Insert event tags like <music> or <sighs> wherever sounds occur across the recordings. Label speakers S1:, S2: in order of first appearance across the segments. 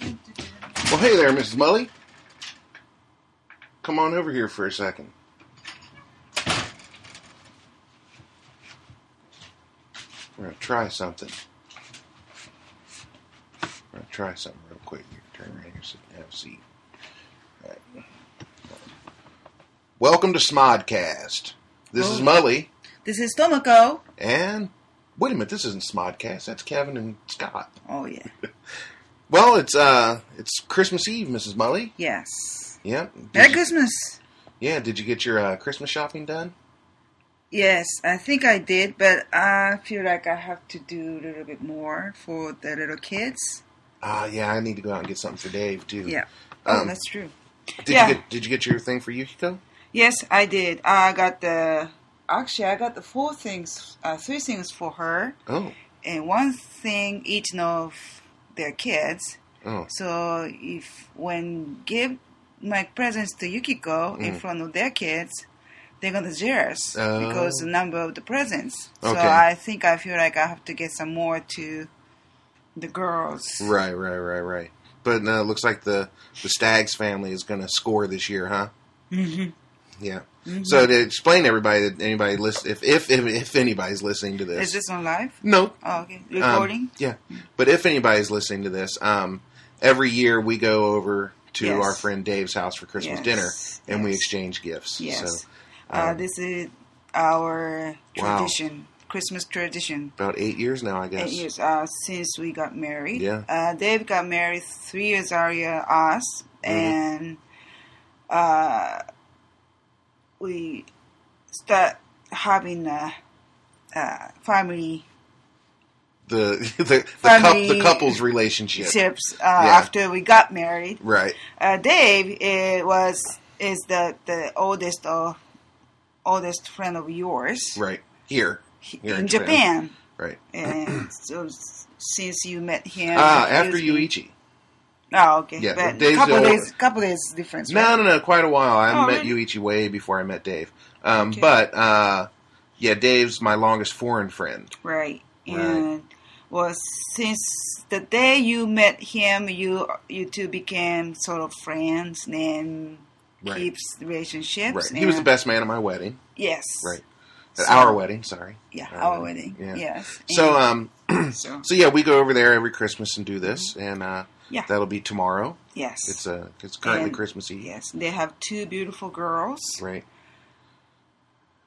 S1: Well, hey there, Mrs. Mully. Come on over here for a second. We're gonna try something. We're gonna try something real quick. Here, turn around here, sit, have a seat. All right. Welcome to Smodcast. This is
S2: Oh.
S1: Mully,
S2: This is Tomoko.
S1: and wait a minute, this isn't Smodcast. That's Kevin and Scott.
S2: Oh yeah.
S1: Well, it's uh, it's Christmas Eve, Mrs. Mully.
S2: Yes.
S1: Yep. Did
S2: Merry
S1: you-
S2: Christmas.
S1: Yeah. Did you get your uh, Christmas shopping done?
S2: Yes, I think I did, but I feel like I have to do a little bit more for the little kids.
S1: Ah, yeah. I need to go out and get something for Dave too.
S2: Yeah. Oh,
S1: Um,
S2: that's true.
S1: Did
S2: Yeah.
S1: you get Did you get your thing for Yukiko?
S2: Yes, I did. I got the actually I got the four things, uh, three things for her,
S1: Oh,
S2: and one thing each of their kids.
S1: oh,
S2: So if when give my presents to Yukiko in
S1: Mm.
S2: front of their kids, they're gonna jealous
S1: Oh.
S2: because the number of the presents. So
S1: Okay.
S2: I think I feel like I have to get some more to the girls.
S1: right, right, right, right. But no, it looks like the the Stags family is going to score this year, huh?
S2: Mhm.
S1: Yeah.
S2: Mm-hmm.
S1: So to explain to everybody that anybody list if if if, if anybody's listening to this,
S2: Is this on live?
S1: no
S2: Oh, okay,
S1: Um,
S2: recording.
S1: yeah, but if anybody's listening to this, um, every year we go over to
S2: Yes.
S1: our friend Dave's house for Christmas
S2: Yes,
S1: dinner and we
S2: yes.
S1: exchange gifts.
S2: yes,
S1: So
S2: uh,
S1: um,
S2: this is our
S1: Wow.
S2: tradition, Christmas tradition.
S1: about eight years now, I guess.
S2: eight years uh, since we got married.
S1: Yeah.
S2: Uh, Dave got married three years earlier us,
S1: Mm-hmm.
S2: and uh, we start having a, uh family
S1: The <laughs> the the, cou- the
S2: Family-
S1: couple's relationship.
S2: trips uh,
S1: Yeah.
S2: after we got married.
S1: Right.
S2: Uh, Dave uh, was is the the oldest or oldest friend of yours
S1: Right. Here.
S2: he-
S1: Here
S2: in Japan.
S1: <clears throat> Right.
S2: And so s- since you met him,
S1: Ah,
S2: he
S1: after
S2: was-
S1: Yuichi.
S2: Oh, okay.
S1: Yeah,
S2: but
S1: Dave's
S2: couple
S1: the-
S2: days, couple days difference.
S1: No,
S2: right?
S1: no, no. Quite a while. I
S2: Oh,
S1: met
S2: really?
S1: Yuichi way before I met Dave. Um,
S2: Okay.
S1: But uh, yeah, Dave's my longest foreign friend.
S2: right.
S1: Right.
S2: And well, since the day you met him, you you two became sort of friends and
S1: Right.
S2: keeps relationships.
S1: Right. He was the
S2: and-
S1: best man at my wedding.
S2: Yes.
S1: Right. At
S2: So-
S1: our wedding. Sorry.
S2: Yeah,
S1: Our
S2: our
S1: wedding,
S2: wedding.
S1: yeah.
S2: Yes.
S1: So um,
S2: And so
S1: so yeah, we go over there every Christmas and do this, and uh,
S2: Mm-hmm. Yeah.
S1: that'll be tomorrow.
S2: yes,
S1: It's uh, it's currently
S2: And-
S1: Christmas Eve.
S2: yes. They have two beautiful girls,
S1: Right.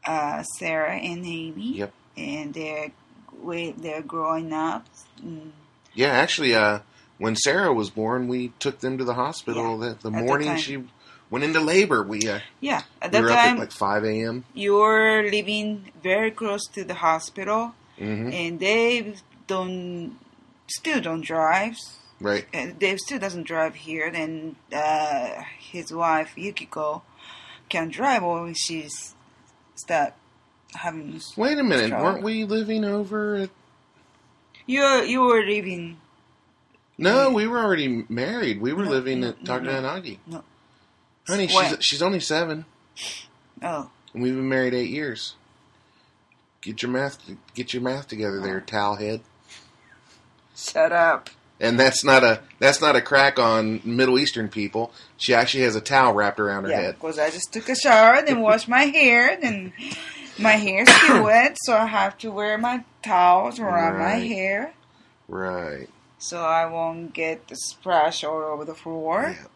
S2: uh, Sarah and Amy.
S1: Yep.
S2: And they're we, they're growing up. Mm,
S1: Yeah, actually, uh, when Sarah was born, we took them to the hospital the, the
S2: at the
S1: morning
S2: time.
S1: she went into labor. We, uh,
S2: Yeah. At
S1: we
S2: that
S1: were up
S2: time,
S1: at like 5 a.m.
S2: you're living very close to the hospital
S1: hmm
S2: and they don't still don't drive
S1: Right.
S2: and Dave still doesn't drive here and uh, his wife Yukiko can drive or she's start having
S1: Wait a minute.
S2: Stroke.
S1: Weren't we living over at.
S2: you you were living
S1: No, we were already married. We were
S2: No,
S1: living
S2: no,
S1: at
S2: no, no.
S1: Takayanagi.
S2: No.
S1: Honey, she's,
S2: What?
S1: she's only seven,
S2: oh
S1: and we've been married eight years. Get your math get your math together there,
S2: Oh.
S1: towel head.
S2: shut up
S1: And that's not a that's not a crack on Middle Eastern people. She actually has a towel wrapped around her
S2: yeah
S1: head.
S2: because I just took a shower
S1: <laughs>
S2: then washed my hair then my hair's still wet so I have to wear my towels around my
S1: Right.
S2: hair
S1: Right.
S2: so I won't get the splash all over the floor.
S1: Yeah.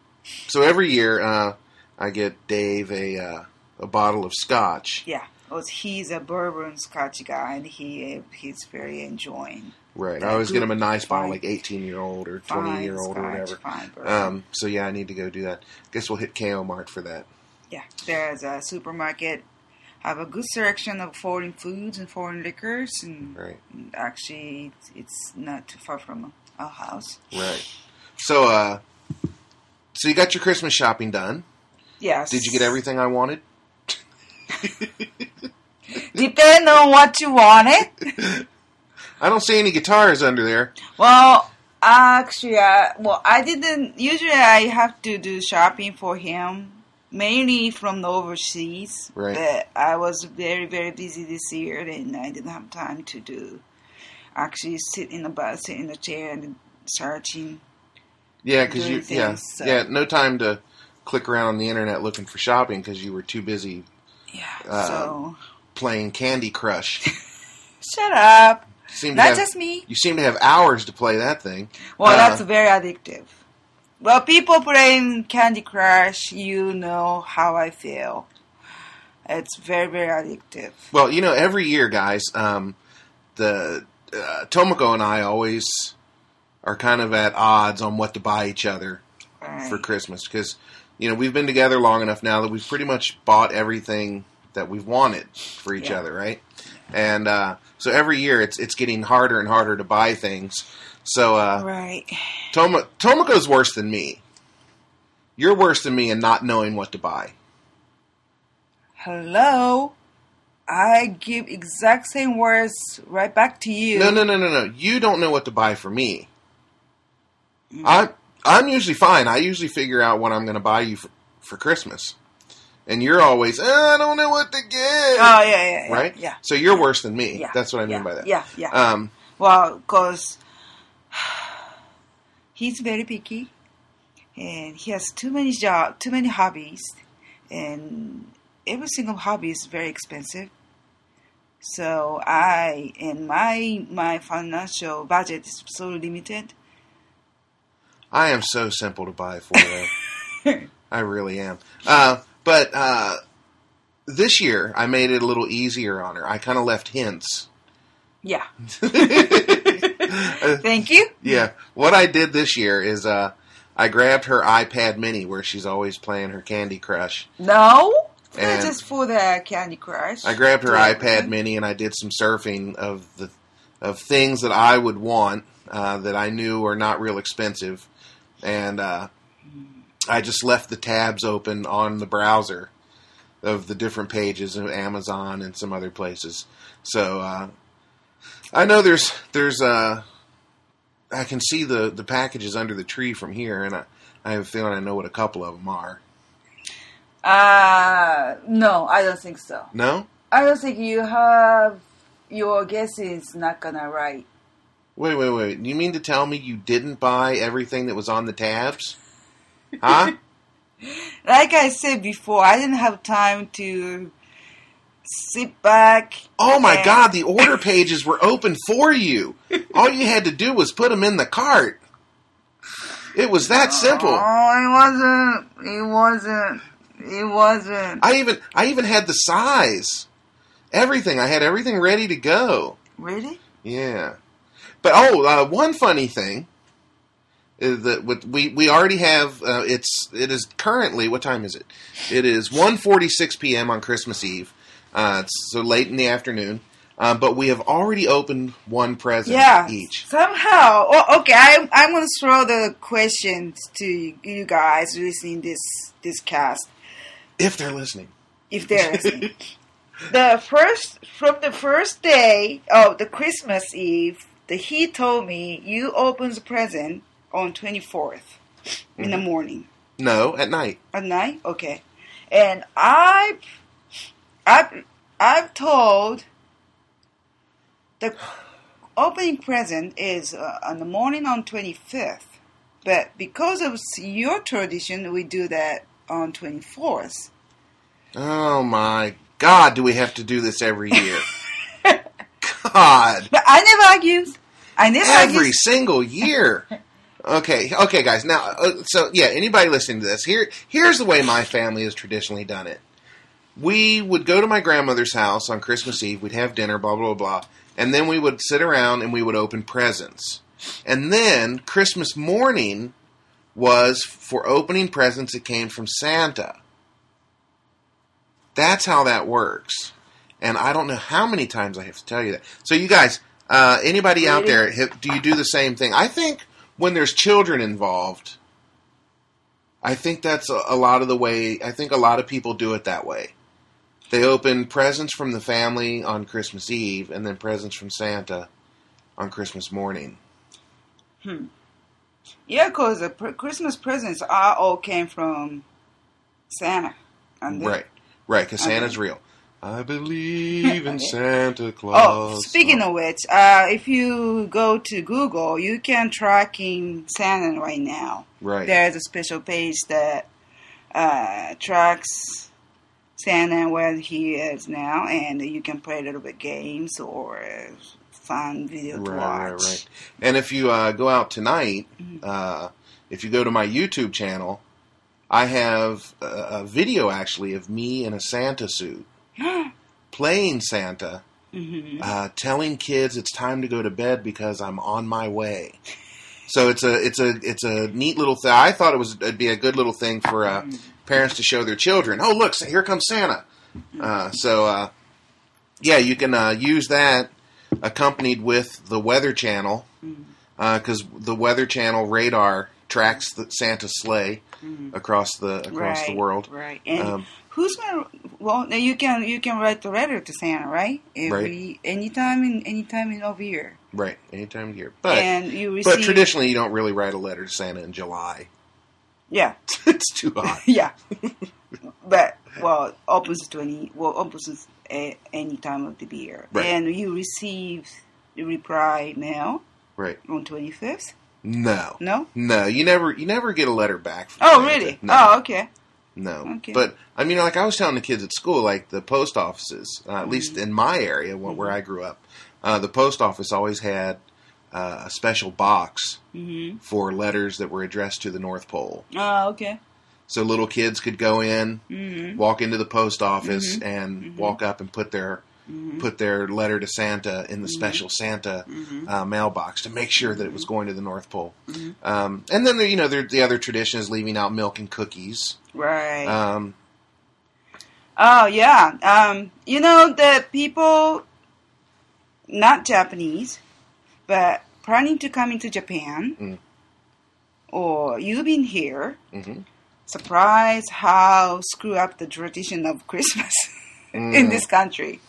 S1: So every year, uh, I get Dave a uh, a bottle of scotch.
S2: Yeah, 'cause he's a bourbon scotch guy, and he he's very enjoying
S1: Right. I
S2: Yeah,
S1: always get him a nice bottle,
S2: fine.
S1: like eighteen year old or
S2: fine
S1: twenty year old
S2: scotch,
S1: or whatever.
S2: Fine bourbon.
S1: Um, so yeah, I need to go do that. Guess we'll hit KO Mart for that.
S2: yeah, there's a supermarket have a good selection of foreign foods and foreign liquors, and
S1: Right.
S2: actually it's, it's not too far from our house.
S1: Right. So uh, so you got your Christmas shopping done.
S2: Yes.
S1: Did you get everything I wanted?
S2: Depend on what you wanted.
S1: I don't see any guitars under there.
S2: Well, actually, I, well, I didn't. Usually, I have to do shopping for him, mainly from the overseas.
S1: Right.
S2: But I was very, very busy this year, and I didn't have time to do actually sit in the bus, sit in the chair, and searching
S1: Yeah, because you
S2: doing
S1: yeah
S2: things, so-
S1: yeah no time to click around on the internet looking for shopping because you were too busy
S2: Yeah.
S1: Uh,
S2: so
S1: playing Candy Crush. <laughs>
S2: shut up.
S1: Seem to
S2: Not
S1: have,
S2: just me.
S1: you seem to have hours to play that thing.
S2: Well,
S1: Uh,
S2: that's very addictive. Well, people playing Candy Crush, you know how I feel. It's very, very addictive.
S1: Well, you know, every year, guys, um, the uh, Tomoko and I always are kind of at odds on what to buy each other
S2: Right.
S1: for Christmas because you know we've been together long enough now that we've pretty much bought everything that we've wanted for each
S2: Yeah.
S1: other, right? And uh, so every year, it's it's getting harder and harder to buy things. So uh,
S2: right.
S1: Toma, Tomoko's worse than me. You're worse than me in not knowing what to buy.
S2: Hello. I give exact same words right back to you.
S1: No, no, no, no, no. You don't know what to buy for me. I I'm usually fine. I usually figure out what I'm going to buy you for, for Christmas, and you're always "Uh, I don't know what to get.
S2: Oh yeah, yeah, yeah.
S1: right?
S2: Yeah.
S1: So you're worse than me.
S2: Yeah.
S1: That's what I mean
S2: yeah,
S1: by that.
S2: Yeah, yeah.
S1: Um.
S2: Well, because <sighs> he's very picky, and he has too many job, too many hobbies, and every single hobby is very expensive. So I and my my financial budget is so limited.
S1: I am so simple to buy for, though.
S2: <laughs>
S1: I really am. Uh, but uh, this year, I made it a little easier on her. I kind of
S2: <laughs>
S1: left hints. <laughs>
S2: Yeah. Thank you.
S1: Yeah. What I did this year is uh, I grabbed her iPad Mini, where she's always playing her Candy Crush.
S2: No,
S1: And-
S2: not just for the Candy Crush.
S1: I grabbed her
S2: For
S1: iPad
S2: everything.
S1: Mini and I did some surfing of the of things that I would want uh, that I knew are not real expensive, and uh, I just left the tabs open on the browser of the different pages of Amazon and some other places. So uh, I know there's there's uh, I can see the the packages under the tree from here, and I, I have a feeling I know what a couple of them are.
S2: Uh no, I don't think so.
S1: No,
S2: I don't think you have your guess is not gonna right.
S1: Wait, wait, wait. You mean to tell me you didn't buy everything that was on the tabs? Huh?
S2: Like I said before, I didn't have time to sit back.
S1: oh my
S2: and-
S1: god, the order pages were open for you. All you had to do was put them in the cart. It was that simple.
S2: Oh, it wasn't. It wasn't. It wasn't.
S1: I even I even had the size. Everything. I had everything ready to go.
S2: really?
S1: Yeah. But oh, uh, one funny thing is that with, we we already have uh, it's it is currently what time is it? It is 1:46 p.m. on Christmas Eve. Uh, it's so late in the afternoon. Um, but we have already opened one present
S2: Yeah.
S1: each.
S2: Somehow. Oh, okay. I'm. I'm gonna throw the questions to you guys listening this this cast.
S1: If they're listening.
S2: if there is any. the first from the first day of the christmas eve the he told me you open the present on 24th in the morning
S1: No, at night.
S2: at night okay and i i i've told the opening present is uh, on the morning on 25th but because of your tradition we do that on 24th
S1: Oh my god, do we have to do this every year? god.
S2: But I never argued. I never
S1: every
S2: argued.
S1: single year. Okay, okay, guys. Now, uh, so yeah, anybody listening to this, here, here's the way my family has traditionally done it. We would go to my grandmother's house on Christmas Eve. We'd have dinner, blah blah blah, and then we would sit around and we would open presents. And then Christmas morning was for opening presents that came from Santa. That's how that works. And I don't know how many times I have to tell you that. So, you guys, uh, anybody out there, ha- do you do the same thing? I think when there's children involved, I think that's a, a lot of the way, I think a lot of people do it that way. They open presents from the family on Christmas Eve and then presents from Santa on Christmas morning.
S2: Yeah, because the pr- Christmas presents are all came from Santa. And the-
S1: Right, right, because Santa's real. I believe
S2: <laughs>
S1: in
S2: Okay.
S1: Santa Claus.
S2: Oh, speaking of which, uh, if you go to Google, you can track in Santa right now.
S1: right.
S2: There's a special page that uh, tracks Santa where he is now, and you can play a little bit games or fun video to
S1: Right,
S2: watch.
S1: right, right. And if you uh, go out tonight,
S2: Mhm.
S1: uh, if you go to my YouTube channel, I have a, a video actually of me in a Santa suit playing Santa,
S2: Mhm.
S1: uh, telling kids it's time to go to bed because I'm on my way. So it's a it's a it's a neat little thing. I thought it was it'd be a good little thing for uh, parents to show their children. Oh, look, here comes Santa. Uh, so uh, yeah, you can uh, use that accompanied with the Weather Channel
S2: Mhm.
S1: because the Weather Channel radar tracks the Santa sleigh
S2: Mhm.
S1: across the across the
S2: Right,
S1: world.
S2: right? And
S1: Um,
S2: who's gonna? Well, now you can you can write the letter to Santa, right? Every anytime in anytime in over here,
S1: right, any time of year, but
S2: and you receive.
S1: but traditionally you don't really write a letter to Santa in July.
S2: Yeah, <laughs>
S1: <laughs> it's too hot.
S2: yeah. but well, opens to any well opens at any time of the year,
S1: Right.
S2: and you receive the reply mail
S1: right?
S2: on twenty fifth.
S1: No,
S2: No.
S1: no, you never you never get a letter back. From
S2: Oh,
S1: Santa.
S2: really?
S1: No.
S2: Oh, okay.
S1: No.
S2: Okay.
S1: But I mean, like I was telling the kids at school, like the post offices, uh, at least
S2: Mm-hmm.
S1: in my area wh- where I grew up, uh, the post office always had uh, a special box
S2: hmm
S1: for letters that were addressed to the North Pole.
S2: Oh, okay.
S1: So little kids could go in,
S2: hmm
S1: walk into the post office, and
S2: Mhm.
S1: walk up and put their
S2: hmm
S1: put their letter to Santa in the
S2: Mhm.
S1: special Santa
S2: hmm
S1: uh, mailbox to make sure that it
S2: Mm-hmm.
S1: was going to the North Pole.
S2: Mhm.
S1: Um, and then there, you know there, the other tradition is leaving out milk and cookies.
S2: Right.
S1: Um,
S2: Oh yeah. Um, you know the people, not Japanese, but planning to come into Japan,
S1: Mm.
S2: or you've been here.
S1: mhm.
S2: Surprise! How screw up the tradition of Christmas <laughs> in
S1: Mm,
S2: this country.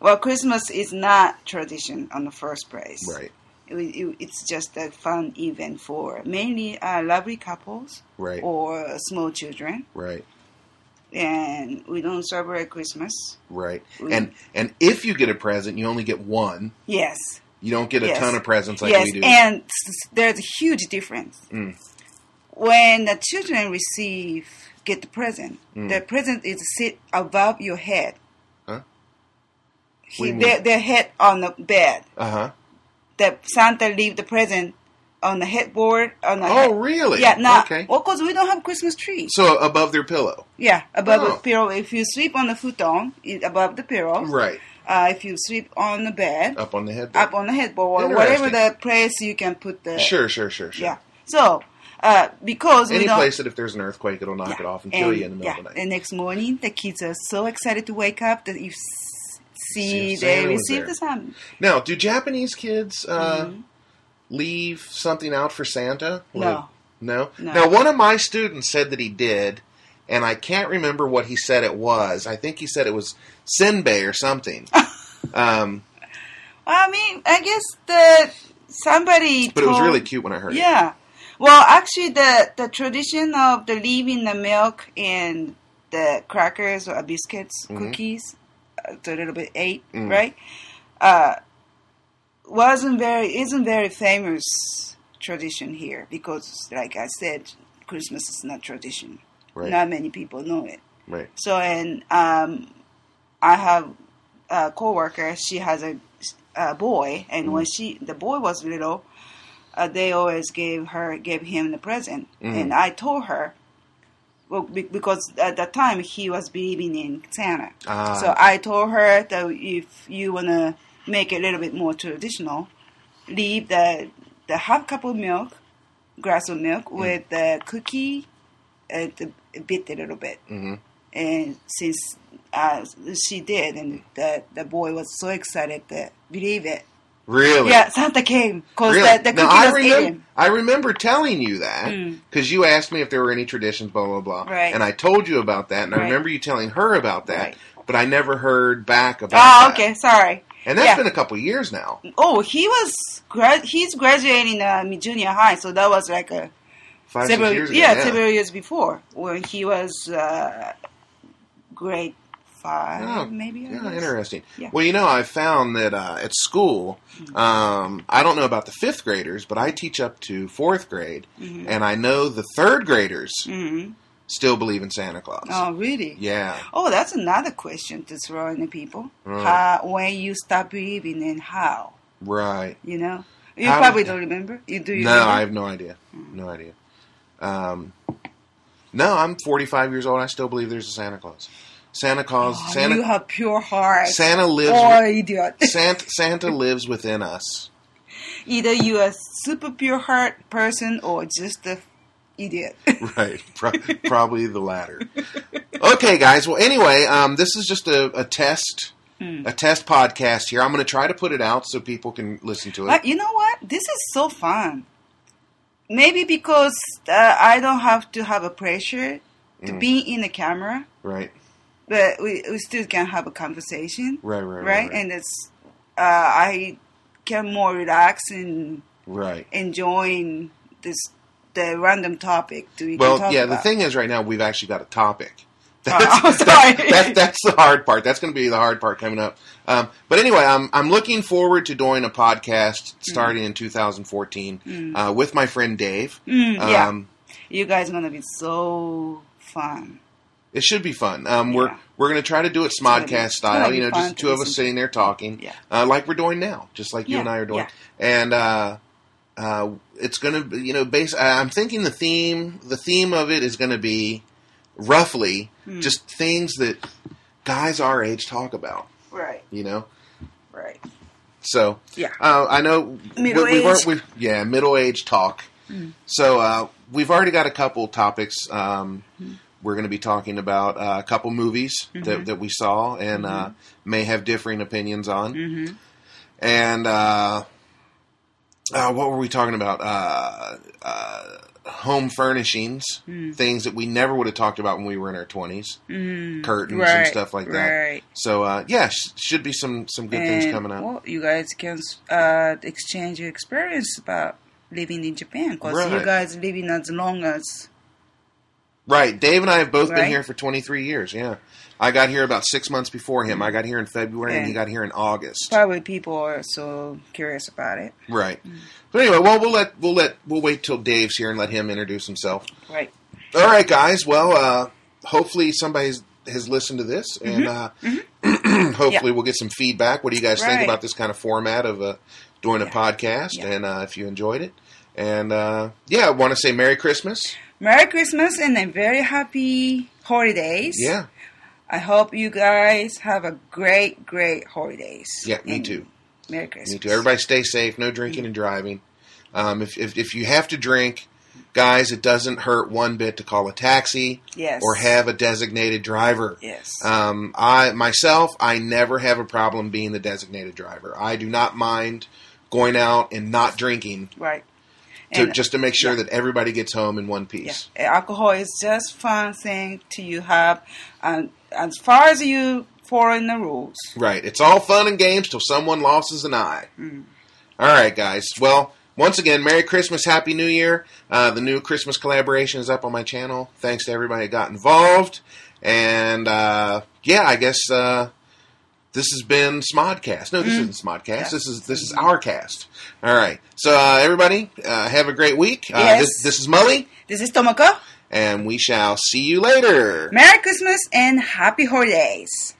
S2: Well, Christmas is not tradition on the first place.
S1: right,
S2: It- it- it's just a fun event for mainly uh, lovely couples
S1: right,
S2: or small children,
S1: right,
S2: and we don't celebrate Christmas.
S1: right.
S2: We-
S1: And and if you get a present, you only get one.
S2: yes.
S1: You don't get a
S2: Yes.
S1: ton of presents like
S2: yes,
S1: we do.
S2: and s- there's a huge difference.
S1: Mm.
S2: When the children receive, get the present,
S1: Mm.
S2: the present is sit above your head.
S1: Huh? What do
S2: He,
S1: you mean?
S2: their, their head on the bed.
S1: uh huh.
S2: The Santa leave the present on the headboard. On the
S1: Oh,
S2: head-
S1: really?
S2: Yeah, not Oh.
S1: okay.
S2: well, cause we don't have Christmas tree.
S1: So above their pillow,
S2: Yeah, above
S1: Oh.
S2: the pillow. If you sleep on the futon, it, above the pillow.
S1: right
S2: Uh, if you sleep on the bed,
S1: up on the headboard.
S2: up on the headboard, or whatever
S1: Interesting.
S2: the place you can put the
S1: Sure, sure, sure, sure.
S2: Yeah. So, uh, because we
S1: Any
S2: don't.
S1: place that if there's an earthquake, it'll knock
S2: yeah.
S1: it off and kill you in the middle
S2: yeah,
S1: of the night.
S2: And next morning, the kids are so excited to wake up that you s-
S1: See
S2: see
S1: if
S2: they
S1: Santa was
S2: receive
S1: there.
S2: the sun.
S1: now, do Japanese kids uh,
S2: Mhm.
S1: leave something out for Santa? Or-
S2: No.
S1: no,
S2: No.
S1: Now, one of my students said that he did, and I can't remember what he said it was. I think he said it was senbei or something.
S2: <laughs>
S1: um,
S2: I mean, I guess that somebody.
S1: but it was
S2: told-
S1: really cute when I heard it.
S2: Yeah. Well, actually, the the tradition of the leaving the milk and the crackers or biscuits,
S1: Mhm.
S2: cookies, uh, it's a little bit eight,
S1: Mm.
S2: right? Uh, wasn't very isn't very famous tradition here because, like I said, Christmas is not tradition.
S1: Right,
S2: Not many people know it.
S1: right.
S2: So, and um, I have a coworker. She has a, a boy, and when she the boy was little, uh, they always gave her gave him the present.
S1: Mhm.
S2: And I told her, well, be, because at that time he was believing in Santa.
S1: Ah.
S2: so I told her that if you wanna make it a little bit more traditional, leave the the half cup of milk, glass of milk
S1: Mm.
S2: with the cookie, uh, the, a bit a little bit
S1: hmm
S2: and since uh, she did, and the the boy was so excited that believe it.
S1: Really?
S2: Yeah, Santa came because
S1: Really?
S2: the, the cookie
S1: now, I,
S2: was
S1: remember,
S2: eaten.
S1: I remember telling you that
S2: Mm.
S1: because you asked me if there were any traditions, blah, blah, blah.
S2: Right.
S1: And I told you about that, and I
S2: Right.
S1: remember you telling her about that,
S2: Right.
S1: but I never heard back about
S2: Oh,
S1: that.
S2: okay, sorry.
S1: And that's
S2: Yeah.
S1: been a couple years now.
S2: Oh, he was grad. He's graduating um, junior high, so that was like a
S1: Five,
S2: several
S1: six years ago.
S2: yeah,
S1: yeah.
S2: several years before when he was uh, grade five,
S1: Oh,
S2: maybe. I
S1: Yeah,
S2: guess.
S1: interesting.
S2: Yeah. Mm-hmm.
S1: Well, you know, I found that uh, at school, um, I don't know about the fifth graders, but I teach up to fourth grade,
S2: Mhm.
S1: and I know the third graders
S2: Mhm.
S1: still believe in Santa Claus.
S2: Oh, really?
S1: Yeah.
S2: Oh, that's another question to throw in the people.
S1: Mm.
S2: How, when you stop believing and how,
S1: Right.
S2: you know? You
S1: How-
S2: probably don't remember. You do you Mm-hmm.
S1: no,
S2: remember?
S1: I have no idea. No idea. Um, no, I'm 45 years old. I still believe there's a Santa Claus. Santa Claus.
S2: Oh, you
S1: Santa.
S2: have pure heart
S1: Santa lives.
S2: or idiot.
S1: With, Santa, Santa lives within us.
S2: <laughs> Either you are super pure heart person or just a idiot. <laughs>
S1: <laughs> Right. Pro- probably the latter. Okay, guys. Well, anyway, um, this is just a, a test.
S2: Hmm.
S1: A test podcast here. I'm going to try to put it out so people can listen to it.
S2: But you know what? This is so fun. Maybe because uh, I don't have to have a pressure to
S1: Mm.
S2: be in the camera,
S1: Right.
S2: but we, we still can have a conversation,
S1: Right. Right. Right.
S2: right?
S1: Right.
S2: And it's uh, I can more relax and
S1: right.
S2: enjoying this the random topic that we can
S1: Well,
S2: talk
S1: yeah. The
S2: about.
S1: thing is, right now we've actually got a topic.
S2: Oh, <laughs> I'm sorry.
S1: That, that- that's the hard part. That's going to be the hard part coming up. Um, but anyway, I'm I'm looking forward to doing a podcast
S2: Hmm.
S1: starting in 2014 uh, with my friend Dave.
S2: Mm, Hmm. yeah,
S1: Um,
S2: you guys gonna be so fun.
S1: it should be fun. Um, We're
S2: Yeah.
S1: we're going to try to do it
S2: gonna be-
S1: Smodcast
S2: it's gonna
S1: style.
S2: be
S1: You know,
S2: fun
S1: just
S2: to
S1: two of
S2: listen
S1: us
S2: to.
S1: sitting there talking,
S2: Yeah.
S1: uh, like we're doing now, just like you
S2: Yeah,
S1: and I are doing.
S2: yeah.
S1: And uh, uh, it's going to, you know, base. I- I'm thinking the theme the theme of it is going to be roughly
S2: Mm.
S1: just things that guys our age talk about.
S2: Right,
S1: You know,
S2: right.
S1: so.
S2: Yeah.
S1: Uh, I know
S2: Middle
S1: we, we weren't.
S2: age. Hmm.
S1: We, yeah, middle age talk. So uh, we've already got a couple topics. Um,
S2: Hmm.
S1: We're going to be talking about uh, a couple movies
S2: Mm-hmm.
S1: that, that we saw and uh, may have differing opinions on.
S2: Mhm.
S1: And uh, uh, what were we talking about? Uh, uh, home furnishings,
S2: Hmm.
S1: things that we never would have talked about when we were in our twenties,
S2: Mm,
S1: curtains and stuff like that.
S2: Right.
S1: So uh, yeah, sh- should be some some good things
S2: And,
S1: coming up.
S2: Well, you guys can uh, exchange your experience about living in Japan because you
S1: Right.
S2: guys living as long as
S1: Right. Dave and I have both been
S2: Right?
S1: here for 23 years. Yeah. I got here about six months before him. I got here in February and he
S2: And-
S1: got here in August.
S2: probably people are so curious about it.
S1: Right. But anyway, well, we'll let, we'll let, we'll wait till Dave's here and let him introduce himself.
S2: Right.
S1: All right, guys. Well, uh, hopefully somebody has listened to this and, uh, <clears throat> hopefully we'll get some feedback. What do you guys think
S2: Mm-hmm. Right.
S1: about this kind of format of, uh, doing a
S2: Yeah.
S1: podcast
S2: Yeah.
S1: and, uh, if you enjoyed it? And, uh, yeah, I want to say Merry Christmas.
S2: Merry Christmas and a very happy holidays.
S1: Yeah.
S2: I hope you guys have a great, great holidays.
S1: Yeah, me
S2: And
S1: too.
S2: Merry Christmas.
S1: Me too. Everybody stay safe. No drinking and driving. Um, if, if, if you have to drink, guys, it doesn't hurt one bit to call a taxi
S2: Yes.
S1: or have a designated driver.
S2: Yes.
S1: Um, I myself, I never have a problem being the designated driver. I do not mind going out and not drinking
S2: right.
S1: to,
S2: And-
S1: just to make sure that everybody gets home in
S2: Yeah.
S1: one piece.
S2: Alcohol is just fun thing to you have, and as far as you following the rules.
S1: Right. It's all fun and games till someone loses an eye. All right, guys. Well, once again, Merry Christmas, Happy New Year. Uh, the new Christmas collaboration is up on my channel. Thanks to everybody that got involved. And uh, yeah, I guess uh, this has been Smodcast. No, this isn't Smodcast.
S2: Yeah.
S1: This is this is our cast. All right. So uh, everybody, uh, have a great week. Uh,
S2: Yes.
S1: this, this is Mully,
S2: This is Tomoko.
S1: and we shall see you later.
S2: Merry Christmas and happy holidays.